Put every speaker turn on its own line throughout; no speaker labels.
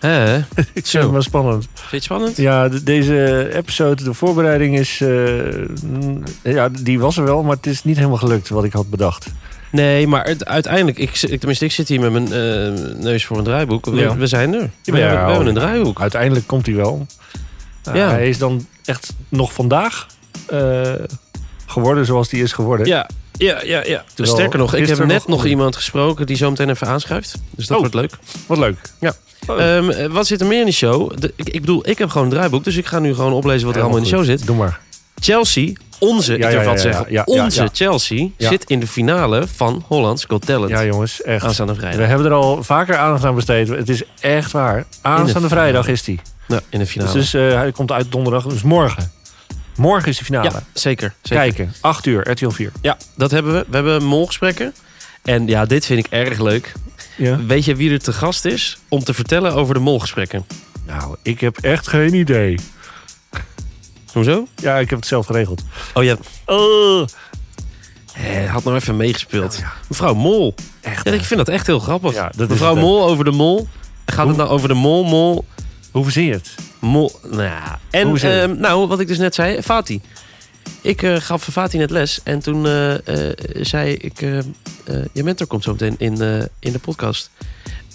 Hè?
Ik
Zo.
vind het wel spannend.
Vind je het spannend?
Ja, de- deze episode, de voorbereiding is... eh, mm, ja, die was er wel, maar het is niet helemaal gelukt wat ik had bedacht.
Nee, maar het, uiteindelijk, ik, zit- ik, tenminste, ik zit hier met mijn eh, neus voor een draaiboek. We,
Ja.
we zijn er. We,
Ja.
hebben, we hebben een draaiboek.
Uiteindelijk komt hij wel. Nou,
Ja.
Hij is dan echt nog vandaag eh, geworden zoals die is geworden.
Ja, ja, ja. ja.
Terwijl
Sterker nog, ik heb
gisteren
net
nog-
nog iemand gesproken die zo meteen even aanschuift. Dus dat
Oh.
wordt leuk.
Wat leuk. Oh.
Ehm, eh, wat zit er meer in de show? De- ik, ik bedoel, ik heb gewoon een draaiboek, dus ik ga nu gewoon oplezen wat er allemaal in de show zit.
Doe maar.
Chelsea, onze, ik
Ja,
durf
ja,
wel te
ja, ja,
zeggen,
ja, ja,
onze
ja.
Chelsea
Ja.
zit in de finale van Holland's Got Talent.
Ja jongens, echt.
Aanstaande
We
vrijdag.
hebben er al vaker aandacht aan besteed. Het is echt waar. Aanstaande vrijdag is die.
Nou, in de finale.
Dus eh, hij komt uit donderdag, dus morgen. Morgen is de finale.
ja, zeker. zeker.
Kijken, 8 uur, RTL 4.
Ja, dat hebben we. We hebben molgesprekken. En ja, dit vind ik erg leuk.
Ja.
Weet je wie er te gast is om te vertellen over de molgesprekken?
Nou, ik heb echt geen idee.
Hoezo?
Ja, ik heb het zelf geregeld.
Oh ja,
Oh,
hè, had nou even meegespeeld. Mevrouw Mol.
echt.
Ja, ik vind dat echt heel grappig.
Oh, Ja, dat is
Mevrouw
het, hè.
Mol over de mol. Gaat het nou over de mol, mol,
Hoe verzin je het?
mol? Nou, ja. en
Hoezo?
ehm, nou, wat ik dus net zei, Fati. Ik eh, gaf Fati net les en toen eh, eh, zei ik... eh, eh, je mentor komt zo meteen in, eh, in de podcast.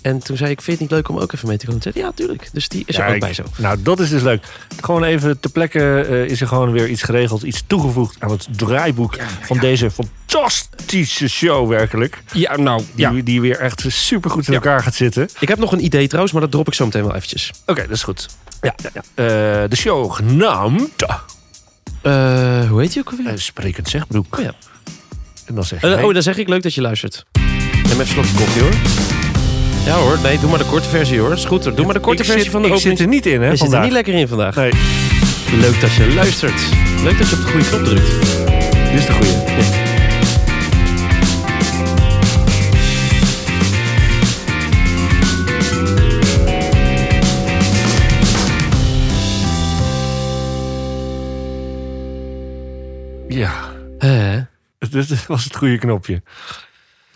En toen zei ik, vind je het niet leuk om ook even mee te komen? Toen zei, hij, ja, tuurlijk. Dus die is
Ja,
er ook
ik-
bij zo.
Nou, dat is dus leuk. Gewoon even ter plekke eh, is er gewoon weer iets geregeld, iets toegevoegd aan het draaiboek van deze fantastische show werkelijk.
Ja, nou,
Die, die weer echt supergoed in
Ja.
elkaar gaat zitten.
Ik heb nog een idee trouwens, maar dat drop ik zo meteen wel eventjes.
Oké, dat is goed. Ja, ja, ja. Eh, de show genaamd
Eh, hoe heet je ook alweer?
eh, Sprekend Zegbroek.
Oh ja.
En dan zeg je
Eh, oh, dan zeg ik leuk dat je luistert. Neem even een slokje koffie hoor. Ja hoor, nee, doe maar de korte versie hoor. Is goed hoor. Doe maar de korte
ik
versie
zit,
van de
ik
opening.
zit er niet in, hè,
Je zit er
vandaag.
niet lekker in vandaag.
Nee,
Leuk dat je luistert. Leuk dat je op de goede knop drukt.
dit is de goede. Ja, Dus
Eh,
dit was het goede knopje.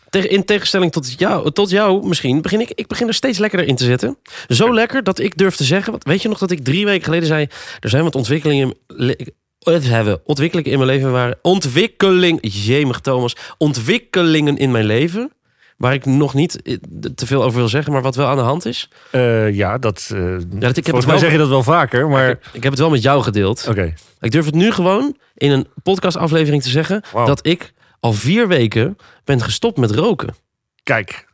tegen- in tegenstelling tot jou, tot jou misschien, begin ik, ik begin er steeds lekkerder in te zitten. Zo lekker dat ik durf te zeggen, want weet je nog dat ik drie weken geleden zei, er zijn wat ontwikkelingen... le- Het hebben ontwikkelingen in mijn leven waar ontwikkeling, jemig Thomas, ontwikkelingen in mijn leven waar ik nog niet eh, te veel over wil zeggen, maar wat wel aan de hand is.
Eh, ja, dat. eh
het
volgens
wel-
mij zeg je dat wel vaker, maar. Oké.
Ik heb het wel met jou gedeeld. Ik durf het nu gewoon in een podcastaflevering te zeggen
Wauw.
dat ik al vier weken ben gestopt met roken.
Kijk,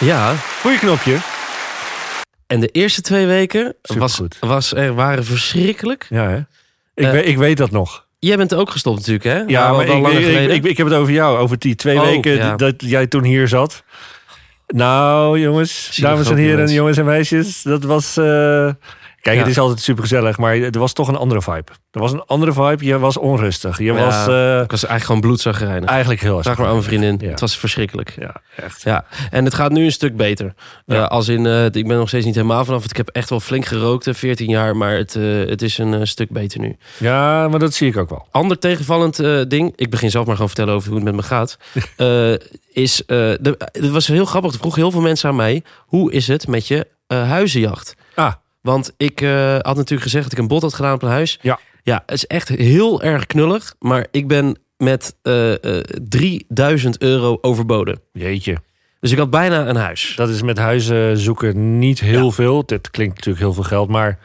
Ja,
goeie knopje.
en de eerste twee weken was,
Supergoed.
was er, waren verschrikkelijk.
Ja, hè? Ik,
Eh,
weet, ik weet dat nog.
Jij bent ook gestopt natuurlijk, hè?
Ja,
Al-
maar
al
ik,
Nou, langer
ik,
geleden.
ik, ik heb het over jou, over die twee
Oh,
weken
ja.
dat jij toen hier zat. Nou, jongens, dames en
grote
heren,
mens.
jongens en meisjes, dat was. eh, Kijk,
Ja.
het is altijd supergezellig, maar er was toch een andere vibe. Er was een andere vibe. Je was onrustig. Je
Ja.
was eh,
Ik was eigenlijk gewoon bloedzagrijnig.
eigenlijk heel erg.
Vraag maar aan mijn vriendin.
Ah, Ja.
Het was verschrikkelijk.
Ja, echt.
Ja, en het gaat nu een stuk beter. Eh,
Ja.
als in, eh, ik ben nog steeds niet helemaal vanaf. want Ik heb echt wel flink gerookt, eh, 14 jaar. Maar het, eh, het is een eh, stuk beter nu.
Ja, maar dat zie ik ook wel.
ander tegenvallend eh, ding. Ik begin zelf maar gewoon vertellen over hoe het met me gaat. Eh, is, eh, de- het was heel grappig. Er vroegen heel veel mensen aan mij. Hoe is het met je eh, huizenjacht?
Ah,
Want ik eh, had natuurlijk gezegd dat ik een bod had gedaan op een huis.
Ja.
Ja, het is echt heel erg knullig. Maar ik ben met eh, eh, 3000 euro overboden.
jeetje.
Dus ik had bijna een huis.
Dat is met huizen zoeken niet heel veel. Dit klinkt natuurlijk heel veel geld, maar.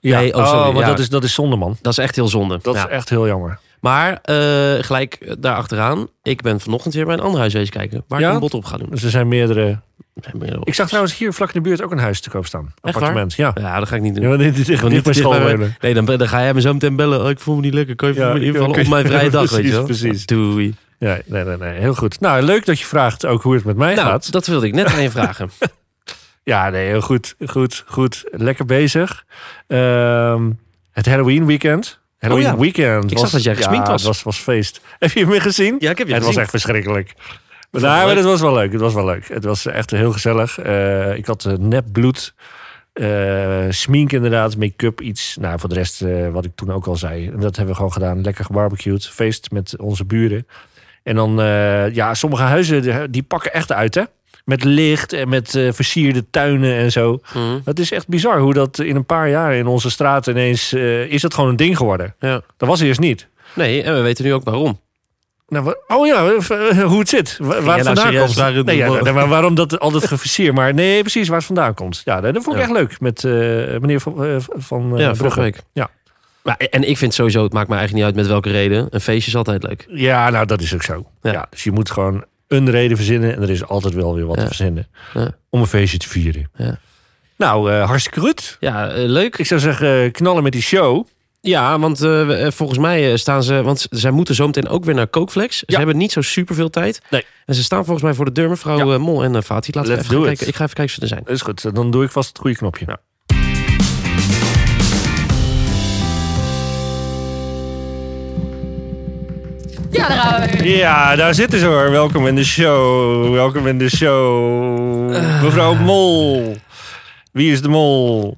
Ja,
Nee, oh, sorry,
maar
ja.
dat, is, dat is zonde, man.
Dat is echt heel zonde.
Dat
Ja.
is echt heel jammer.
Maar eh, gelijk daarachteraan. Ik ben vanochtend weer bij een ander huis wezen kijken. Waar
Ja?
ik een bod op ga doen.
Dus er zijn meerdere. Ik
Ik...
zag trouwens hier vlak in de buurt ook een huis te koop staan.
waar?
Appartement, ja.
Ja, dat ga ik niet doen.
Ja, want dit is echt
wil
niet
niet
bij
te
school
dicht bij
wonen.
Nee, dan, dan ga jij me zo meteen bellen. Oh, ik voel me niet lekker. Kan je
Ja,
voor me invallen
oké.
op mijn vrije dag? weet
Precies,
je wel?
precies.
Doei.
Ja, nee, nee, nee, heel goed. Nou, leuk dat je vraagt ook hoe het met mij
Nou,
gaat.
dat wilde ik net aan je vragen.
Ja, nee, heel goed, goed, goed. Lekker bezig. Ehm, het Halloween weekend. Halloween
Oh ja.
weekend.
Ik zag dat jij gesminkt
ja,
was.
het was. was feest. Heb je hem gezien?
Ja, ik heb je
het was
gezien.
echt verschrikkelijk. Maar,
vond het
nou, maar
leuk.
het was wel leuk. Het was wel leuk. Het was echt heel gezellig. Eh, ik had eh, nep bloed. Eh, smink inderdaad, make-up, iets. Nou, voor de rest, eh, wat ik toen ook al zei. En dat hebben we gewoon gedaan. Lekker gebarbecued. Feest met onze buren. En dan, eh, ja, sommige huizen die die pakken echt uit, hè? Met licht en met eh, versierde tuinen en zo.
Mhm.
Het is echt bizar hoe dat in een paar jaar in onze straat ineens... eh, is dat gewoon een ding geworden.
Ja.
Dat was eerst niet.
Nee, en we weten nu ook waarom.
Nou, wa- oh ja, w- eh, hoe het zit. Wa- Waar
jij
het
nou
vandaan
serieus
komt.
daar in-
nee, ja, nou, maar waarom dat altijd geversier? Maar nee, precies waar het vandaan komt. Ja, dat dat vond ik
Ja.
echt leuk met eh, meneer van, eh, van eh,
ja, vorige
Brugge.
week.
Ja.
Maar, en ik vind sowieso, het maakt me eigenlijk niet uit met welke reden. Een feestje is altijd leuk.
Ja, nou dat is ook zo.
Ja.
Ja. dus je moet gewoon een reden verzinnen en er is altijd wel weer wat
Ja.
te verzinnen.
Ja.
Om een feestje te vieren.
Ja.
Nou, eh, hartstikke goed.
Ja, eh, leuk.
Ik zou zeggen, eh, knallen met die show.
Ja, want eh, we- eh, volgens mij eh, staan ze... Want zij moeten zometeen ook weer naar Kookflex. Ze
Ja.
hebben niet zo superveel tijd.
Nee.
En ze staan volgens mij voor de deur, mevrouw eh, Mol en eh Fatih. Laten
Let's
we even
do
gaan
it.
kijken. Ik ga even kijken of ze er zijn.
Dat is goed, dan doe ik vast het goede knopje.
Ja, daar gaan we weer.
Ja, daar zitten ze hoor. Welkom in de show. Welkom in de show.
Eh.
Mevrouw Mol. Wie is de mol?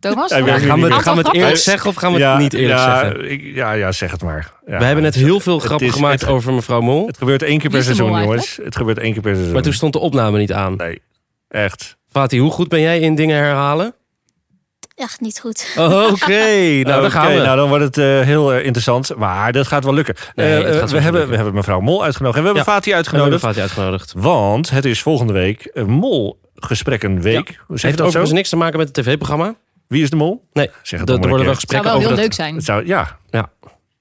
Thomas?
Ja, ik ben-
gaan, we,
Aantal
gaan we het eerlijk
grapjes?
zeggen of gaan we het niet eerlijk
ja,
zeggen?
ik- ja, ja, zeg het maar. Ja.
we hebben net heel veel
het
grappen
is-
gemaakt
het-
over mevrouw Mol.
Het gebeurt één keer
Wie
per
is de
seizoen,
mol
jongens. Het gebeurt één keer per seizoen.
Maar toen stond de opname niet aan.
Nee, echt.
Fatih, hoe goed ben jij in dingen herhalen?
Echt niet goed.
Oh, Oké, nou daar
Oké,
gaan we.
nou, dan wordt het eh, heel eh, interessant. Maar dat gaat wel lukken.
Nee,
Eh,
het gaat
eh,
sowieso
we, hebben,
lukken.
we hebben mevrouw Mol uitgenodigd. En we hebben
Ja.
Fatih
we hebben
nou, uitgenodigd.
Fatih uitgenodigd.
Want het is volgende week een Mol gesprekkenweek. Hoe zeg je
Heeft
dat zo?
overigens niks te maken met het tv-programma.
Wie is de Mol?
Nee,
Zeg
er
het nog maar een
worden
keer.
wel
Het zou
gesprekken
wel
over
heel
dat-
Het
leuk zijn.
zou, ja.
Ja.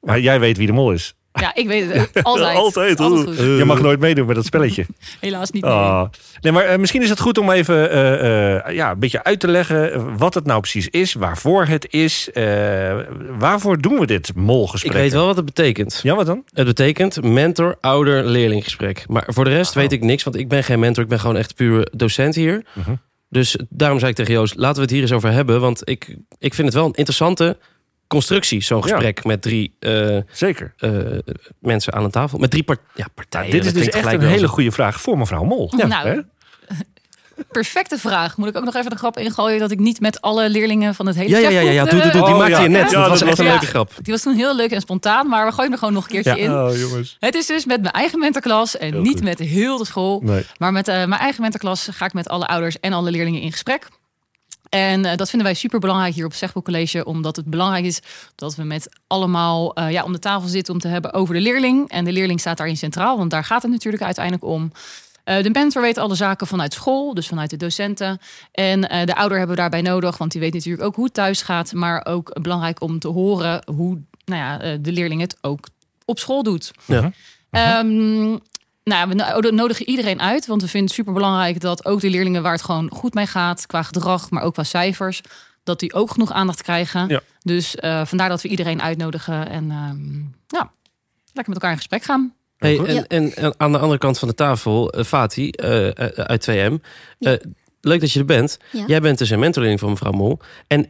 Maar jij weet wie de mol is.
Ja, ik weet het. Altijd.
Altijd,
Altijd
oeh.
goed.
Je mag nooit meedoen met dat spelletje.
Helaas niet meer.
Ah. Nee, maar eh, misschien is het goed om even eh, eh, ja, een beetje uit te leggen wat het nou precies is, waarvoor het is. eh, waarvoor doen we dit
Ik
molgesprek?
weet wel wat het betekent.
Ja, wat dan?
Het betekent mentor, ouder, leerling gesprek. Maar voor de rest
Oh.
weet ik niks, want ik ben geen mentor. Ik ben gewoon echt puur docent hier.
Mhm.
Dus daarom zei ik tegen Joost, laten we het hier eens over hebben. Want ik, ik vind het wel een interessante constructie, zo'n
Ja.
gesprek met drie eh,
Zeker.
eh, mensen aan een tafel. Met drie par- ja, partijen.
dit is
dat
dus
klinkt
echt
gelijk
een
wel
hele
zo.
goede vraag voor mevrouw Mol.
Ja. Nou,
hè?
Perfecte vraag. Moet ik ook nog even de grap ingooien dat ik niet met alle leerlingen van het hele
Ja, ja, ja, ja,
jaar
ja.
goed,
Doe, doe, doe.
eh,
Die
Oh,
maakte
ja.
je net.
Ja,
dat was
dat
echt een
was-
leuke grap.
Die was toen heel leuk en spontaan, maar we gooien hem er gewoon nog een keertje in.
Oh, jongens.
Het is dus met mijn eigen mentorklas en
Heel
niet
goed.
met heel de school.
Nee.
Maar met eh, mijn eigen mentorklas ga ik met alle ouders en alle leerlingen in gesprek. En eh, dat vinden wij super belangrijk hier op Zegboek College, omdat het belangrijk is dat we met allemaal eh, ja, om de tafel zitten om te hebben over de leerling. En de leerling staat daarin centraal, want daar gaat het natuurlijk uiteindelijk om. Eh, de mentor weet alle zaken vanuit school, dus vanuit de docenten. En eh, de ouder hebben we daarbij nodig, want die weet natuurlijk ook hoe het thuis gaat. Maar ook belangrijk om te horen hoe nou ja, eh, de leerling het ook op school doet.
Ja.
Ehm, nou, we no- we nodigen iedereen uit, want we vinden het superbelangrijk dat ook de leerlingen waar het gewoon goed mee gaat, qua gedrag, maar ook qua cijfers, dat die ook genoeg aandacht krijgen.
Ja.
Dus eh, vandaar dat we iedereen uitnodigen en ehm, ja, lekker met elkaar in gesprek gaan.
Hey,
goed.
en, en, en aan de andere kant van de tafel, eh, Fatih eh, eh, uit 2M. Eh, leuk dat je er bent.
Ja.
Jij bent dus een mentorling van mevrouw Mol. En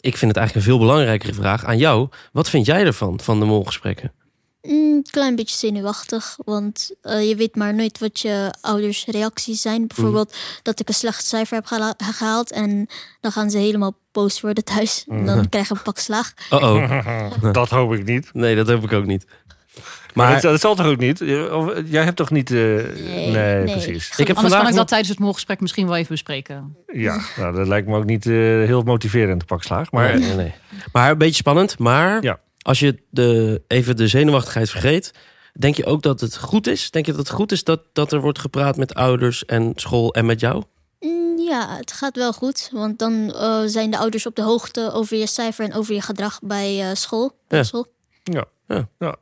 ik vind het eigenlijk een veel belangrijkere vraag aan jou. Wat vind jij ervan, van de molgesprekken?
Een Mm, klein beetje zenuwachtig, want eh, je weet maar nooit wat je ouders reacties
Mhm.
zijn. Bijvoorbeeld dat ik een slecht cijfer heb gela- gehaald en dan gaan ze helemaal boos worden thuis.
Mhm.
En Dan krijgen we een pak slaag.
Oh-oh,
Dat hoop ik niet.
nee, dat heb ik ook niet.
Maar dat,
Maar
dat zal toch ook niet? Je- of- Jij hebt toch niet... eh, nee,
nee.
precies.
ik heb
Anders kan
vandaag
ik
nog-
dat tijdens het morgengesprek misschien wel even bespreken.
Ja, nou, dat lijkt me ook niet eh, heel motiverend, de pak slaag. Maar
Nee, nee, nee. Maar een beetje spannend. Maar
Ja.
als je de, even de zenuwachtigheid vergeet... Denk je ook dat het goed is? Denk je dat het goed is dat, dat er wordt gepraat met ouders en school en met jou?
Mm, ja, het gaat wel goed, want dan eh, zijn de ouders op de hoogte over je cijfer en over je gedrag bij eh, school. bij
Ja.
school.
Ja.
Ja.
ja.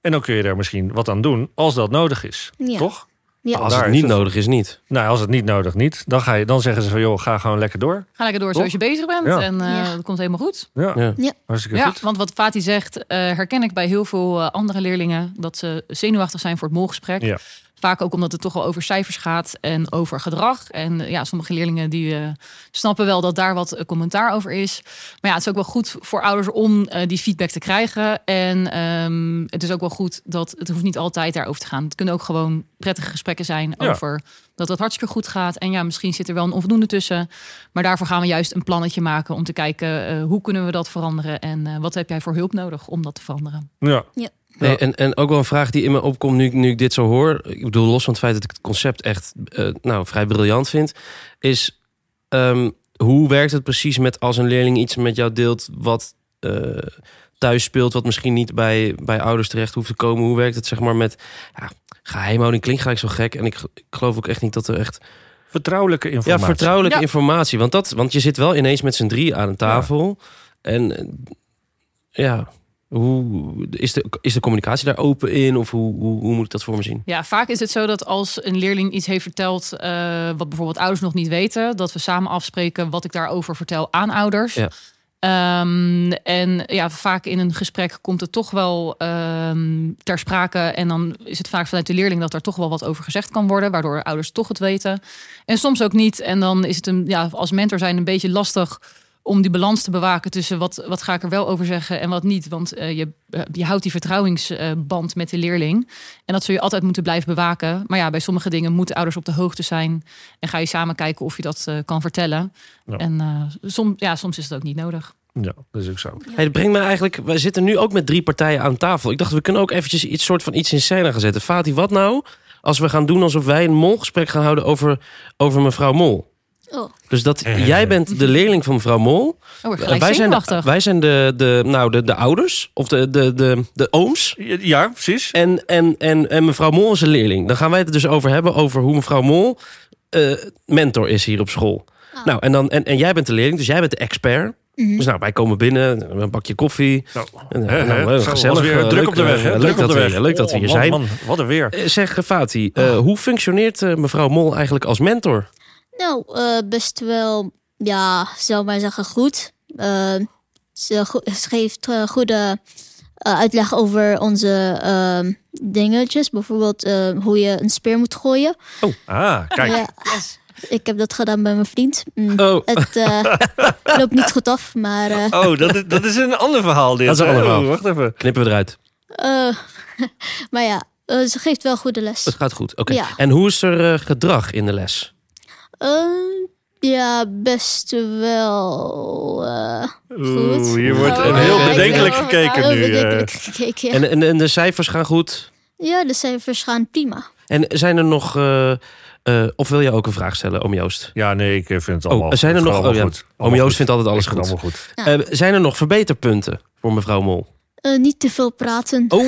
En dan kun je daar misschien wat aan doen als dat nodig is.
Ja.
Toch?
Ja.
Als
Daar
het
is
niet nodig is, niet.
Nou, als het niet nodig niet, dan, ga je, dan zeggen ze van joh, ga gewoon lekker door.
Ga lekker door
Toch?
zoals je bezig bent
Ja.
en eh,
Ja.
dat komt helemaal goed.
Ja,
Ja.
hartstikke
Ja,
goed.
want wat Fatih zegt, eh, herken ik bij heel veel eh, andere leerlingen dat ze zenuwachtig zijn voor het molgesprek.
Ja.
Vaak ook omdat het toch wel over cijfers gaat en over gedrag. En eh, ja, sommige leerlingen die eh, snappen wel dat daar wat eh, commentaar over is. Maar ja, het is ook wel goed voor ouders om eh, die feedback te krijgen. En ehm, het is ook wel goed dat het hoeft niet altijd daarover te gaan. Het kunnen ook gewoon prettige gesprekken zijn
Ja.
over dat het hartstikke goed gaat. En ja, misschien zit er wel een onvoldoende tussen. Maar daarvoor gaan we juist een plannetje maken om te kijken eh, hoe kunnen we dat veranderen en eh, wat heb jij voor hulp nodig om dat te veranderen.
Ja.
Ja.
Nee, en, en ook wel een vraag die in me opkomt nu, ik- nu ik dit zo hoor. Ik bedoel, los van het feit dat ik het concept echt eh, nou, vrij briljant vind. Is ehm, hoe werkt het precies met als een leerling iets met jou deelt wat eh, thuis speelt, wat misschien niet bij, bij ouders terecht hoeft te komen? Hoe werkt het zeg maar met ja, geheimhouding? Klinkt gelijk zo gek. En ik, ge- ik geloof ook echt niet dat er echt
Vertrouwelijke informatie.
ja, vertrouwelijke
Ja.
informatie. Want, dat, want je zit wel ineens met z'n drie aan een tafel. En eh, ja, hoe, is, de, is de communicatie daar open in? Of hoe, hoe, hoe moet ik dat voor me zien?
Ja, vaak is het zo dat als een leerling iets heeft verteld eh, wat bijvoorbeeld ouders nog niet weten, dat we samen afspreken wat ik daarover vertel aan ouders.
Ja.
Ehm, en ja, vaak in een gesprek komt het toch wel ehm, ter sprake. En dan is het vaak vanuit de leerling dat er toch wel wat over gezegd kan worden, waardoor ouders toch het weten. En soms ook niet. En dan is het een, ja, als mentor zijn een beetje lastig om die balans te bewaken tussen wat, wat ga ik er wel over zeggen en wat niet. Want eh, je, eh, je houdt die vertrouwingsband eh, met de leerling. En dat zul je altijd moeten blijven bewaken. Maar ja, bij sommige dingen moeten ouders op de hoogte zijn. En ga je samen kijken of je dat eh, kan vertellen.
Ja.
En eh, som, ja, soms is het ook niet nodig.
Ja, dat is ook zo.
Hey, dat brengt me eigenlijk... We zitten nu ook met drie partijen aan tafel. Ik dacht, we kunnen ook eventjes iets soort van iets in scène gaan zetten. Fatih, wat nou als we gaan doen alsof wij een molgesprek gaan houden over, over mevrouw Mol?
Oh,
Dus dat jij bent de leerling van mevrouw Mol.
Oh,
En Eh, wij, zijn de, wij zijn de, de, nou, de, de ouders of de, de, de, de ooms.
Ja, precies.
En, en, en, en mevrouw Mol is een leerling. Dan gaan wij het er dus over hebben over hoe mevrouw Mol eh, mentor is hier op school.
Ah. Mhm.
Nou, en, dan, en, en jij bent de leerling, dus jij bent de expert. Dus nou, wij komen binnen, een bakje koffie.
Nou,
En,
hè,
eh, nou,
hè,
eh,
zo,
gezellig.
was weer
eh,
druk
leuk,
op de weg.
eh,
Hè?
Leuk
druk op
dat
de
we-
weg.
leuk dat we hier
Oh, man,
zijn.
man, Ah. wat een weer.
Eh, Zeg, eh, Fatih, eh, hoe functioneert eh, mevrouw Mol eigenlijk als mentor?
nou, eh, best wel, ja, zou ik maar zeggen, goed. Eh, ze, go- ze geeft eh, goede eh, uitleg over onze ehm, dingetjes. Bijvoorbeeld eh, hoe je een speer moet gooien.
Ah, kijk.
Ja, ik heb dat gedaan bij mijn vriend. Mm,
Oh.
Het eh, loopt niet goed af, maar... eh,
Oh, dat, is- dat is een ander verhaal. Dit.
Dat is een ander
Oh,
verhaal.
Wacht even.
Knippen we eruit.
eh, maar ja, eh, ze geeft wel goede les.
Het gaat goed. Oké.
Ja.
En hoe is er eh, gedrag in de les?
Eh, ja, best wel. eh, oh, Goed.
Oeh, hier wordt
Oh,
een heel
ik
bedenkelijk
wil-
gekeken
heel
nu. eh.
bedenkelijk gekeken. Ja.
En, en, en de cijfers gaan goed?
ja, de cijfers gaan prima.
En zijn er nog... eh, eh, of wil je ook een vraag stellen, om Joost?
Ja, nee, ik eh, vind het allemaal
Oh, zijn er
het gaat
nog... Oh,
allemaal
ja.
goed.
Oom
Allemaal
Joost
goed.
vindt altijd alles
Ik vind
goed.
het Allemaal goed.
Eh, zijn er nog verbeterpunten voor mevrouw Mol?
Eh, niet te veel praten.
Oh,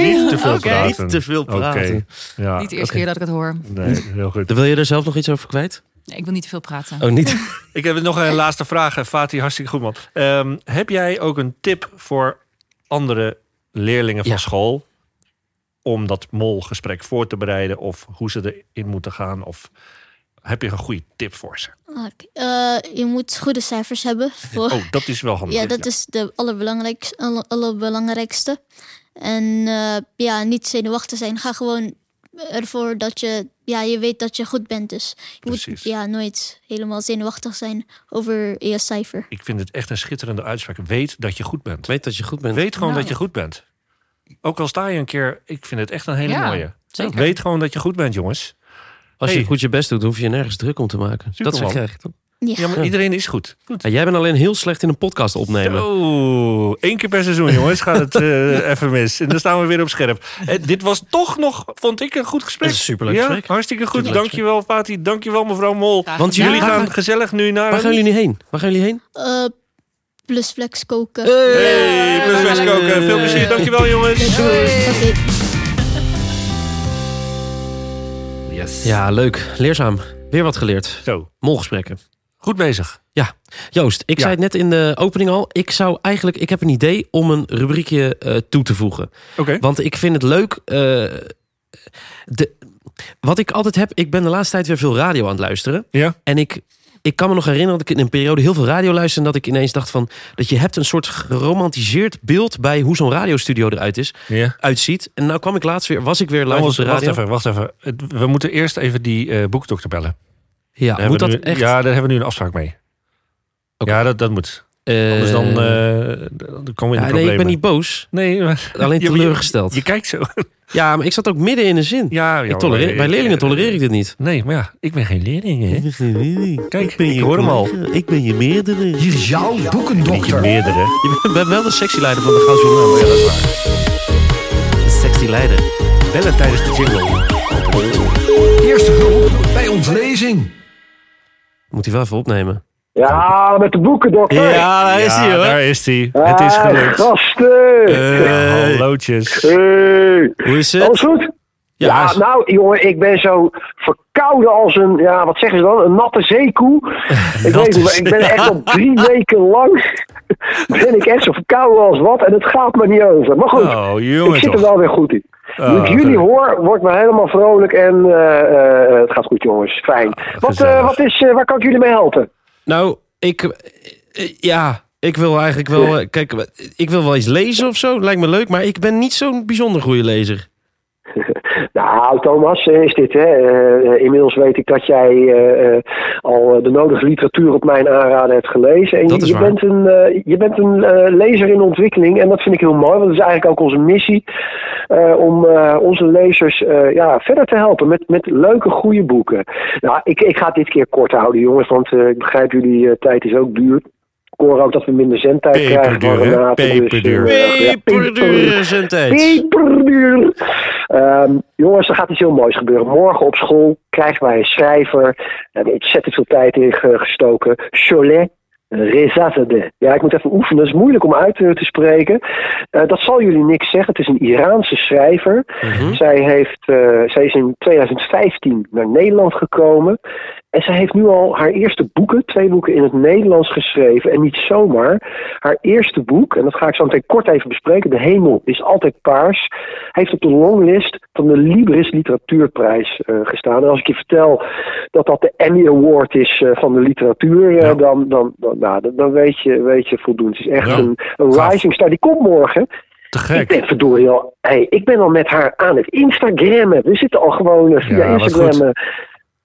Niet te veel
Oké.
praten.
Niet te veel praten.
Oké. Ja,
Ah,
Niet de eerste keer dat ik het hoor.
nee, heel goed.
Dan wil je er zelf nog iets over kwijt?
Nee, ik wil niet te veel praten.
Oh, niet?
Ik heb nog een laatste vraag. eh, Fatih, hartstikke goed man. Ehm, heb jij ook een tip voor andere leerlingen van
Ja.
school om dat molgesprek voor te bereiden of hoe ze erin moeten gaan? Of heb je een goede tip voor ze?
Oké. Eh, je moet goede cijfers hebben. Voor...
Oh, dat is wel handig.
ja, dat is de allerbelangrijkste. alle- allerbelangrijkste. En eh, ja, niet zenuwachtig zijn. Ga gewoon ervoor dat je, ja, je weet dat je goed bent. Dus je moet
Precies.
ja, nooit helemaal zenuwachtig zijn over je cijfer.
Ik vind het echt een schitterende uitspraak. Weet dat je goed bent.
Weet dat je goed bent.
Weet gewoon
Nou,
dat je goed bent. Ook al sta je een keer, ik vind het echt een hele
Ja,
mooie.
zeker.
Weet gewoon dat je goed bent, jongens.
Als je
Hey.
goed je best doet, hoef je je nergens druk om te maken.
Super,
dat zeg
man.
je echt. toch?
Ja, maar
Ja.
iedereen is goed. Goed.
Ja, jij bent alleen heel slecht in een podcast opnemen.
Oeh, één keer per seizoen, jongens, gaat het eh, even mis. En dan staan we weer op scherp. Eh, dit was toch nog, vond ik, een goed gesprek.
Het is een superleuk
ja,
gesprek.
Hartstikke goed.
Superleuk
Dankjewel, Fatih. Dankjewel, mevrouw Mol. Dus
Graag
Want
gedaan.
Jullie
Ja.
gaan gezellig nu naar...
Waar gaan jullie nu heen? Waar gaan jullie heen?
Eh, plus flex koken.
Eh. Hey, plus
Hey.
West koken. Veel plezier. Dankjewel, jongens.
Oké.
Yes.
Ja, leuk. Leerzaam. Weer wat geleerd.
Zo,
Molgesprekken.
goed bezig.
Joost, ik
Ja.
zei het net in de opening al. Ik zou eigenlijk, ik heb een idee om een rubriekje eh, toe te voegen.
Oké.
Want ik vind het leuk. eh, de, wat ik altijd heb, ik ben de laatste tijd weer veel radio aan het luisteren.
Ja.
En ik, ik kan me nog herinneren dat ik in een periode heel veel radio luisterde. En dat ik ineens dacht van dat je hebt een soort geromantiseerd beeld bij hoe zo'n radiostudio eruit is,
Ja.
uitziet. En nou kwam ik laatst weer, was ik weer live op
Anders,
de
wacht
radio.
even, wacht even. Het- We moeten eerst even die eh, boekdokter bellen. Daar
Ja,
hebben
moet dat
we nu-
echt?
Ja, daar hebben we nu een afspraak mee.
Oké.
Ja, dat, dat moet.
Eh,
Anders dan, eh,
ja,
dan komen we in de problemen.
nee, ik ben niet boos.
Nee, maar-
Alleen
Je- je-
teleurgesteld.
Je kijkt zo.
Ja, maar ik zat ook midden in een zin.
Ja, ja,
ik tolereer,
maar- eh,
bij leerlingen tolereer ik dit niet.
Nee, maar ja, ik ben geen leerling. Hè? Kijk,
Ik ben
ik
je
hoor hem al.
collega. Ik ben je meerdere.
Hier is jouw
Niet je
boekendokter.
meerdere.
Je bent wel de sexyleider van de Gans Journaal.
Ja, dat is waar.
die leiden.
Bellen tijdens de jingle.
Eerste hulp bij ontlezing.
Moet hij wel even opnemen.
Ja, met de boeken, dokter.
Ja, daar is
Ja,
hij hoor.
Daar is hij.
Ah,
Het is gelukt. Eh,
Gasten.
Hey.
Hallootjes.
Hey.
Hoe is
Alles
het?
goed?
Ja,
Ja,
is-
nou jongen, ik ben zo verkouden als een, ja, wat zeggen ze dan? Een natte zeekoe. ik weet niet, maar ik ben echt al drie weken lang, ben ik echt zo verkouden als wat. En het gaat me niet over. Maar goed,
Oh, jongen
ik zit er
toch.
wel weer goed in.
Oh,
nu ik jullie
gelukkig.
hoor, word ik me helemaal vrolijk en eh, eh, het gaat goed jongens, fijn. wat, eh,
gezellig.
wat is, eh, waar kan ik jullie mee helpen?
Nou, ik... eh, Ja, ik wil eigenlijk wel... eh, Kijk, ik wil wel iets lezen of zo. Lijkt me leuk, maar ik ben niet zo'n bijzonder goede lezer.
Nou, Thomas, eh, is dit. Hè? eh, eh, inmiddels weet ik dat jij eh, eh, al eh, de nodige literatuur op mijn aanraden hebt gelezen. En
Dat
je,
is
je
waar.
bent een, eh, je bent een eh, lezer in ontwikkeling en dat vind ik heel mooi, want dat is eigenlijk ook onze missie eh, om eh, onze lezers eh, ja, verder te helpen met, met leuke, goede boeken. Nou, ik, ik ga het dit keer kort houden, jongens, want eh, ik begrijp jullie eh, tijd is ook duur. Ik hoor ook dat we minder zendtijd krijgen.
Peperduur, hè?
Renate, dus, eh,
Peperduur.
ja, peperduur.
Peperdure zendtijds.
Peperduur. Ehm, jongens, er gaat iets heel moois gebeuren. Morgen op school krijgen wij een schrijver. Daar hebben we ontzettend veel tijd in ge- gestoken. Cholet. Rezazadeh. Ja, ik moet even oefenen. Dat is moeilijk om uit te te spreken. Eh, dat zal jullie niks zeggen. Het is een Iraanse schrijver.
Mhm.
Zij, heeft, eh, zij is in 2015 naar Nederland gekomen. En zij heeft nu al haar eerste boeken, twee boeken in het Nederlands geschreven. En niet zomaar. Haar eerste boek, en dat ga ik zo meteen kort even bespreken, De Hemel is altijd paars, heeft op de longlist van de Libris Literatuurprijs eh, gestaan. En als ik je vertel dat dat de Emmy Award is eh, van de literatuur, eh,
Ja.
dan, dan, dan, nou, dan- dan weet, je, weet je voldoende. Het is echt
Ja.
een, een
Gaaf.
rising star. Die komt morgen.
Te
Ik
gek.
ben verdorie al. Hey, ik ben al met haar aan het Instagrammen. We zitten al gewoon eh, via
Ja, wat
Instagram. eh,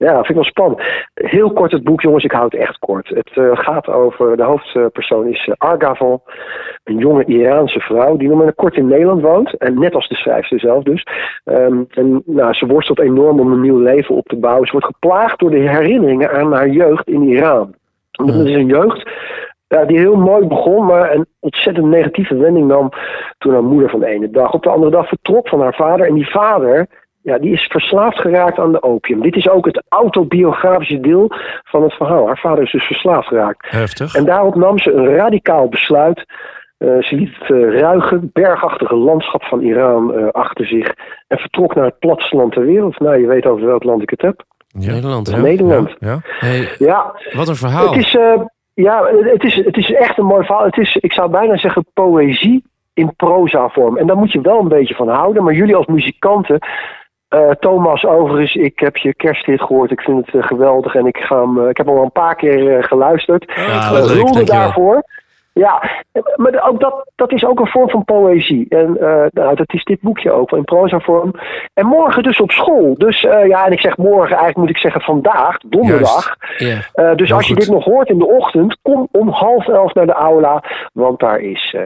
Ja, vind ik wel spannend. Heel kort het boek, jongens. Ik hou het echt kort. Het eh, gaat over, de hoofdpersoon is eh, Argaval. Een jonge Iraanse vrouw die nog maar kort in Nederland woont. En net als de schrijfster zelf dus. Ehm, en nou, ze worstelt enorm om een nieuw leven op te bouwen. Ze wordt geplaagd door de herinneringen aan haar jeugd in Iran. Dat is een jeugd ja, die heel mooi begon, maar een ontzettend negatieve wending nam toen haar moeder van de ene dag op de andere dag vertrok van haar vader. En die vader, ja, die is verslaafd geraakt aan de opium. Dit is ook het autobiografische deel van het verhaal. Haar vader is dus verslaafd geraakt.
Heftig.
En daarop nam ze een radicaal besluit. Eh, ze liet het eh, ruige, bergachtige landschap van Iran eh, achter zich en vertrok naar het platteland ter wereld. Nou, je weet over welk land ik het heb.
Ja.
Nederland, hè?
Nederland.
Ja.
Hey,
Ja,
wat een verhaal.
het is, eh, ja, het is, het is echt een mooi verhaal. Het is, ik zou bijna zeggen, poëzie in proza vorm. En daar moet je wel een beetje van houden. Maar jullie als muzikanten, eh, Thomas overigens, ik heb je kersthit gehoord. Ik vind het eh, geweldig en ik, ga hem, eh, ik heb hem al een paar keer eh, geluisterd.
Ja,
Eh,
wat leuk,
hulde
dankjewel.
daarvoor. Ja, eh, maar de- ook dat, dat is ook een vorm van poëzie. En eh, nou, dat is dit boekje ook, wel in proza vorm. En morgen dus op school. Dus eh, ja, en ik zeg morgen, eigenlijk moet ik zeggen vandaag, donderdag.
Ja.
Eh, dus
Heel
als je
goed.
dit nog hoort in de ochtend, kom om half elf naar de aula, want daar is. eh,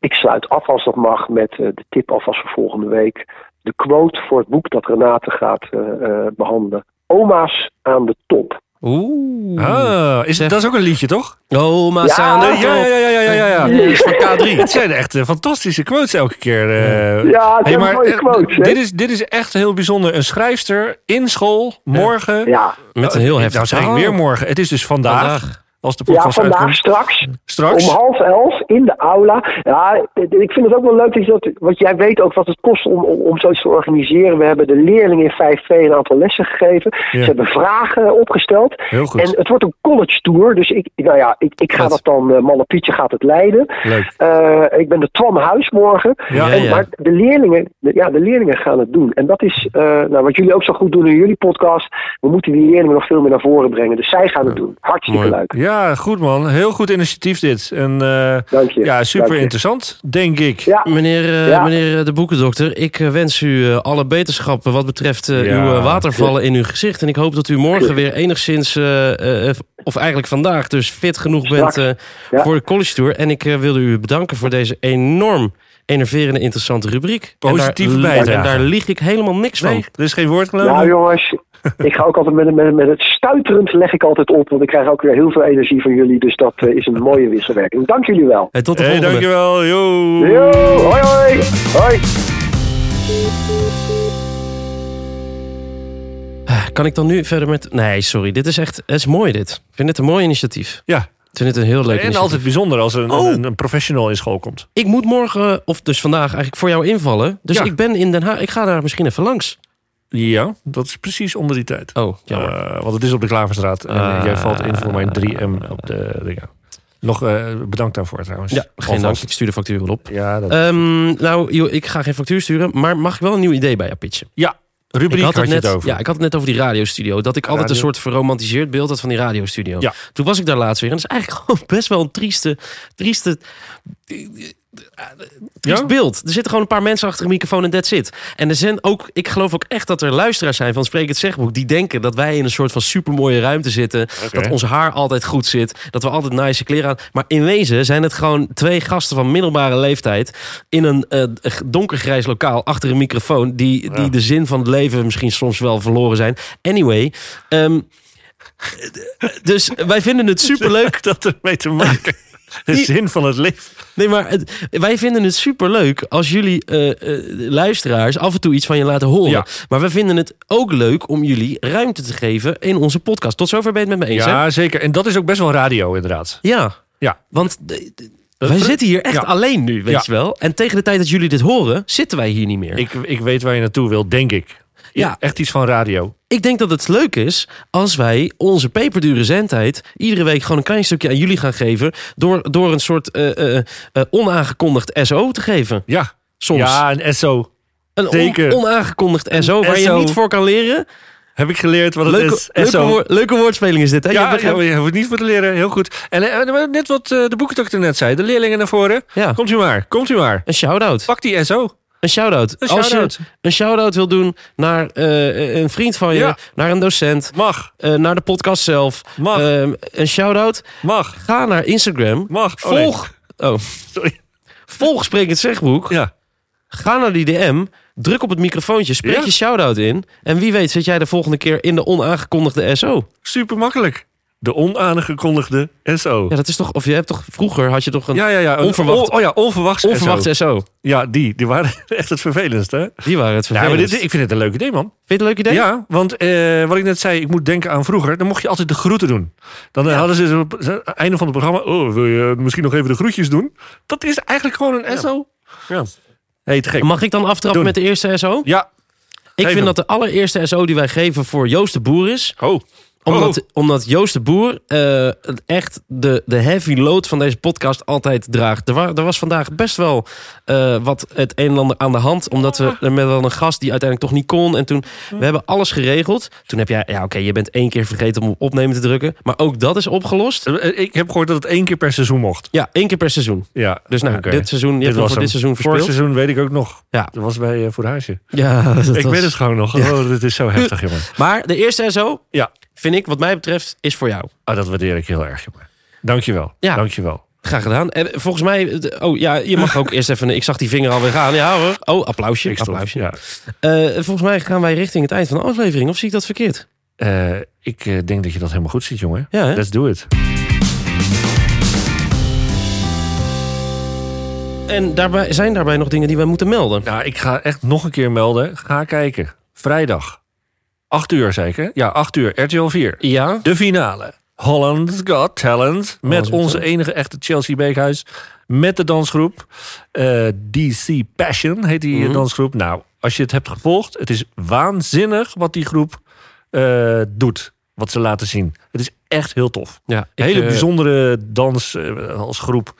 ik sluit af als dat mag met eh, de tip alvast voor volgende week. De quote voor het boek dat Renate gaat eh, eh, behandelen. Oma's aan de top.
Oeh.
Ah, is,
Zeg.
dat is ook een liedje, toch?
Oma
Ja,
Saan.
Ja, Ah, ja, ja, ja, ja, ja. ja.
Nee, is van K3.
Het zijn echt eh, fantastische quotes elke keer. eh.
Ja, het
Hey,
zijn
maar,
mooie
eh,
quotes. hè?
dit, is, dit is echt heel bijzonder. Een schrijfster in school, morgen.
ja,
Met een heel heftig
Nou zeg ik
verhaal.
weer morgen. Het is dus vandaag,
Vandaag.
als de
ja,
podcast
vandaag
uitkomt.
straks.
Straks.
Om half elf in de aula. Ja, ik vind het ook wel leuk dat je dat. Want jij weet ook wat het kost om, om, om zoiets te organiseren. We hebben de leerlingen in 5V een aantal lessen gegeven.
Ja.
Ze hebben vragen opgesteld.
Heel goed.
En het wordt een college tour. Dus ik, nou ja, ik, ik ga
Vet.
dat dan. eh Malle Pietje gaat het leiden.
Leuk.
Eh, ik ben de Twan Huis morgen.
Ja,
en,
ja.
Maar de leerlingen, de- ja, de leerlingen gaan het doen. En dat is eh, nou, wat jullie ook zo goed doen in jullie podcast. We moeten die leerlingen nog veel meer naar voren brengen. Dus zij gaan het doen. Hartstikke
Mooi.
leuk.
Ja, goed man. Heel goed initiatief dit. En eh,
Dank je.
ja, super
Dank je.
interessant, denk ik.
Ja.
Meneer, eh,
Ja.
meneer eh, de boekendokter, ik eh, wens u eh, alle beterschap wat betreft eh,
Ja.
uw eh, watervallen in uw gezicht. En ik hoop dat u morgen weer enigszins, eh, eh, of eigenlijk vandaag, dus fit genoeg bent
Straks.
eh,
Ja.
voor de college tour. En ik eh, wilde u bedanken voor deze enorm enerverende, interessante rubriek.
Positieve
en daar,
bijdrage.
En daar lieg ik helemaal niks van.
Nee, er is geen woord geloof
Nou
ik.
jongens, ik ga ook altijd met, met, met het stuiterend leg ik altijd op. Want ik krijg ook weer heel veel energie van jullie. Dus dat eh, is een mooie wisselwerking. Dank jullie wel.
Hey, tot Eh, de
hey,
volgende.
dankjewel. Yo.
Yo, hoi hoi. Hoi.
Ah, Kan ik dan nu verder met... Nee, sorry. Dit is echt... Het is mooi dit. Ik vind het een mooi initiatief.
Ja,
Ik vind het een heel leuk
en
initiatief.
altijd bijzonder als er een,
Oh.
een, een professional in school komt.
Ik moet morgen, of dus vandaag eigenlijk, voor jou invallen. Dus
Ja.
ik ben in Den Haag. Ik ga daar misschien even langs.
Ja, dat is precies onder die tijd.
Oh, jammer.
Eh, want het is op de Klaverstraat. En eh,
Ah.
jij valt in voor mijn 3M op de dingen. Nog eh, bedankt daarvoor trouwens.
ja, geen dank.
Alvast.
Ik stuur de factuur wel op.
Ja, dat...
Ehm, nou, joh, ik ga geen factuur sturen. Maar mag ik wel een nieuw idee bij jou pitchen?
ja, rubriek
ik
had, je
net,
het over.
Ja, ik had het net over die radiostudio. Dat ik altijd
Radio.
een soort verromantiseerd beeld had van die radiostudio.
Ja.
Toen was ik daar laatst weer. En dat is eigenlijk gewoon best wel een trieste, trieste triest
Ja?
beeld. Er zitten gewoon een paar mensen achter een microfoon en that's it. En er zijn ook, ik geloof ook echt dat er luisteraars zijn van Spreek het Zegboek... die denken dat wij in een soort van supermooie ruimte zitten. Dat ons haar altijd goed zit. Dat we altijd nice kleren aan... Maar in wezen zijn het gewoon twee gasten van middelbare leeftijd... in een eh, donkergrijs lokaal achter een microfoon... Die, die de zin van het leven misschien soms wel verloren zijn. Anyway... ehm, dus wij vinden het superleuk
dat ermee te maken. De
Die-
zin van het leven.
Nee, maar het- wij vinden het superleuk als jullie eh, eh, luisteraars af en toe iets van je laten horen.
Ja.
Maar we vinden het ook leuk om jullie ruimte te geven in onze podcast. Tot zover ben je het met me eens, hè?
Ja, zeker. En dat is ook best wel radio inderdaad.
Ja.
Ja. Eh,
Want de- de- wij zitten hier echt
Ja.
alleen nu, weet
Ja.
je wel. En tegen de tijd dat jullie dit horen, zitten wij hier niet meer.
Ik, ik weet waar je naartoe wil, denk ik.
Ja.
Echt iets van radio.
Ik denk dat het leuk is als wij onze peperdure zendheid iedere week gewoon een klein stukje aan jullie gaan geven. Door, door een soort eh, eh, eh, onaangekondigd SO te geven.
Ja.
Soms.
Ja, en SO.
een on-
zeker.
onaangekondigd SO waar je
SO.
niet voor kan leren.
Heb ik geleerd wat het
Leuke,
is.
leuke,
SO.
woor- leuke woordspeling is dit, hè? Jij
Ja,
bent-
ja, je hoeft niet voor te leren. Heel goed. En eh, net wat eh, de boekendokter net zei. De leerlingen naar voren.
Ja.
Komt u maar. Komt u maar.
Een shout-out.
Pak die SO.
Een shout-out.
Een
Als je
shout-out.
een shout-out wil doen naar eh, een vriend van je,
Ja.
naar een docent,
Mag.
eh, naar de podcast zelf.
Mag.
ehm, een shout-out.
Mag.
Ga naar Instagram.
Mag. Oh, nee.
Volg. Oh,
Sorry.
volg Spreek het Zegboek.
Ja.
Ga naar die DM. Druk op het microfoontje. Spreek
Ja.
je shout-out in. En wie weet zit jij de volgende keer in de onaangekondigde SO.
Super makkelijk. De onaangekondigde SO.
Ja, dat is toch... Of je hebt toch... Vroeger had je toch een
Ja, ja, ja.
Onverwacht.
Oh, oh ja, onverwachts.
onverwachte
SO.
SO.
Ja, die. Die waren echt het vervelendste. hè?
Die waren het
Ja, maar
vervelend.
dit, ik vind het een leuk idee, man.
Vind je het een leuk idee?
Ja, want eh, wat ik net zei, ik moet denken aan vroeger. Dan mocht je altijd de groeten doen. Dan eh, hadden ze zo op het einde van het programma... Oh, wil je misschien nog even de groetjes doen? Dat is eigenlijk gewoon een SO.
Ja.
Hey, te gek.
Mag ik dan aftrappen
Doen.
met de eerste SO?
Ja.
ik vind
hem.
dat de allereerste SO die wij geven voor Joost de Boer is.
Oh.
Omdat, omdat Joost de Boer eh, echt de, de heavy load van deze podcast altijd draagt. Er, wa- er was vandaag best wel eh, wat het een en ander aan de hand. Omdat we er met wel een gast die uiteindelijk toch niet kon. En toen, we hebben alles geregeld. Toen heb jij, ja oké, je bent één keer vergeten om op opnemen te drukken. Maar ook dat is opgelost.
Eh, eh, Ik heb gehoord dat het één keer per seizoen mocht.
Ja, één keer per seizoen.
Ja.
Dus nou,
Oké.
dit seizoen, je hebt hem
was
voor
hem.
dit seizoen
Vorig
verspeeld.
seizoen weet ik ook nog.
Ja.
Dat was bij eh Fourage.
Ja, dat
Ik
was-
weet het gewoon nog. Oh, dit is zo heftig, jongen.
Maar de eerste SO,
Ja.
vind ik, wat mij betreft, is voor jou.
Ah, dat waardeer ik heel erg, jongen. Dankjewel.
Ja.
Dankjewel.
Graag gedaan. En volgens mij, d- oh ja, je mag ook eerst even. Ik zag die vinger alweer gaan. Ja hoor. Oh, applausje.
Ik stop.
applausje.
Ja.
Eh, volgens mij gaan wij richting het eind van de aflevering. Of zie ik dat verkeerd?
Eh, ik eh, denk dat je dat helemaal goed ziet, jongen.
Ja, hè?
Let's do it.
En daarbij, zijn daarbij nog dingen die wij moeten melden?
Nou, ik ga echt nog een keer melden. Ga kijken. Vrijdag. 8 uur zeker. Ja, 8 uur. RTL 4.
Ja.
De finale. Holland's Got Talent. Met
Got
onze
Talent.
enige echte Chelsea Beekhuis. Met de dansgroep. eh, DC Passion heet die eh,
Mhm.
dansgroep. Nou, als je het hebt gevolgd. Het is waanzinnig wat die groep eh, doet. Wat ze laten zien. Het is echt heel tof.
ja ik,
Hele
eh,
bijzondere dans eh, als groep.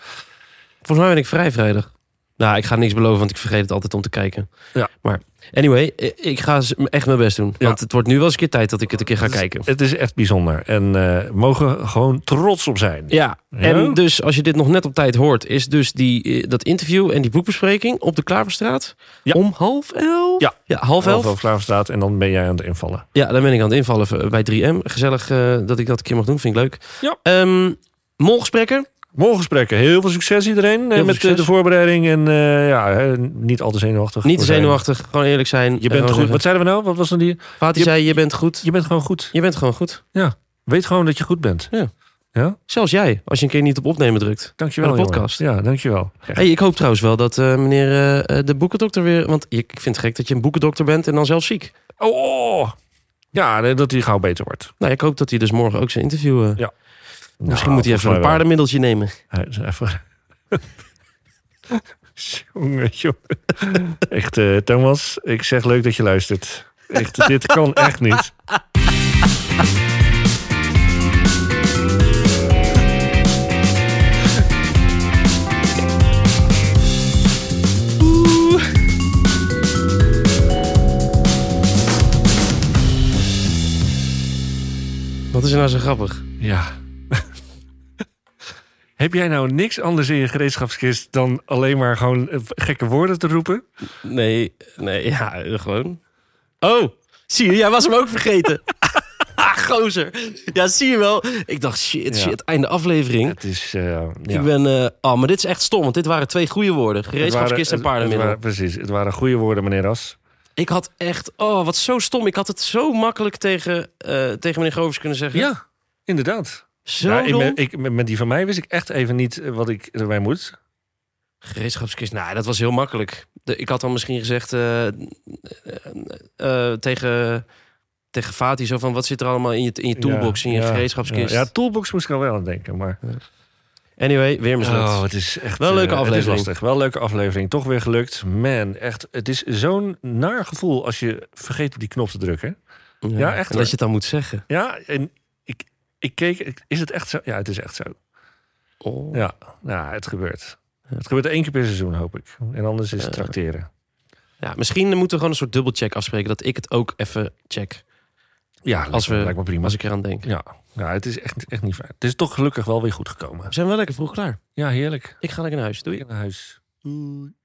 Volgens mij ben ik vrij vrijdag. Nou, ik ga niks beloven, want ik vergeet het altijd om te kijken.
Ja.
Maar anyway, eh, ik ga z- echt mijn best doen.
Ja.
Want het wordt nu wel eens een keer tijd dat ik het een keer ga kijken.
Het is echt bijzonder. En eh, mogen we gewoon trots op zijn.
Ja, en dus als je dit nog net op tijd hoort, is dus die, eh, dat interview en die boekbespreking op de Klaverstraat
Ja.
om half elf?
Ja.
half elf.
Half elf staat en dan ben jij aan het invallen.
Ja, dan ben ik aan het invallen v- bij 3M. Gezellig eh, dat ik dat een keer mag doen, vind ik leuk.
Ja.
Ehm, molgesprekken.
Morgen gesprekken. Heel veel succes iedereen eh,
veel
met eh,
succes.
de voorbereiding. En eh, ja, hè, niet al te zenuwachtig.
Niet te
voor zijn.
zenuwachtig, gewoon eerlijk zijn.
Je bent goed. Wat zeiden we nou? Wat was dan die?
Fatih
je-
zei, je bent goed.
Je bent gewoon goed.
Je bent gewoon goed.
Weet gewoon dat je goed bent.
Ja.
Ja?
Zelfs jij, als je een keer niet op opnemen drukt.
Dankjewel,
Voor de
jongen.
podcast.
Ja, dankjewel. Echt.
Hey, ik hoop trouwens wel dat eh, meneer eh, eh, de boekendokter weer... Want ik vind het gek dat je een boekendokter bent en dan zelf ziek.
Oh, oh. Ja, nee, dat hij gauw beter wordt.
Nou, ik hoop dat hij dus morgen ook zijn interview... eh,
Ja.
Misschien
Nou,
moet hij
volgens
even
mij
een
wel.
paardenmiddeltje nemen.
Hij is even... jongen, jongen. Echt, eh, Thomas, ik zeg leuk dat je luistert. Echt, dit kan echt niet.
Wat is er nou zo grappig?
Ja. Heb jij nou niks anders in je gereedschapskist dan alleen maar gewoon eh, gekke woorden te roepen?
Nee, nee, ja, eh, gewoon. Oh, zie je, jij was hem ook vergeten. Ah, Gozer. Ja, zie je wel. Ik dacht, shit,
Ja.
shit, einde aflevering.
Het is, eh, ja.
Ik ben, eh, oh, maar dit is echt stom, want dit waren twee goede woorden.
Het waren-
Gereedschapskist en
het- het
paardenmiddel.
waren- Precies, het waren goede woorden, meneer Ras.
Ik had echt, oh, wat zo stom. Ik had het zo makkelijk tegen, eh, tegen meneer Govers kunnen zeggen.
Ja, inderdaad.
Zo
Ja, ik
dom.
ben, ik, met met die van mij wist ik echt even niet eh, wat ik erbij moet.
Gereedschapskist, nou, dat was heel makkelijk. De, ik had dan misschien gezegd eh, eh, eh, tegen, tegen Fatih zo van... wat zit er allemaal in je, in je toolbox, in je
ja,
gereedschapskist?
Ja, ja, toolbox moest ik al wel aan denken, maar...
Anyway, weer mislukt.
Oh, het is echt
Wel een leuke
eh, Het
aflevering.
is lastig. Wel een leuke aflevering. Toch weer gelukt. Man, echt. Het is zo'n naar gevoel als je vergeet op die knop te drukken. ja, echt
En
hoor.
dat je het dan moet zeggen.
Ja, en ik, ik keek. ik- Is het echt zo? Ja, het is echt zo.
Oh.
Ja, nou, het gebeurt. Het gebeurt één keer per seizoen, hoop ik. En anders is het tracteren.
Ja, misschien moeten we gewoon een soort dubbelcheck afspreken... dat ik het ook even check,
Ja, als
als
we,
we-
lijkt me prima.
als ik eraan denk.
Ja, ja, het is echt, echt niet fijn. Het is toch gelukkig wel weer goed gekomen.
We zijn wel lekker vroeg klaar.
Ja, heerlijk.
Ik ga lekker naar huis. Doei.
Naar huis.
Doei.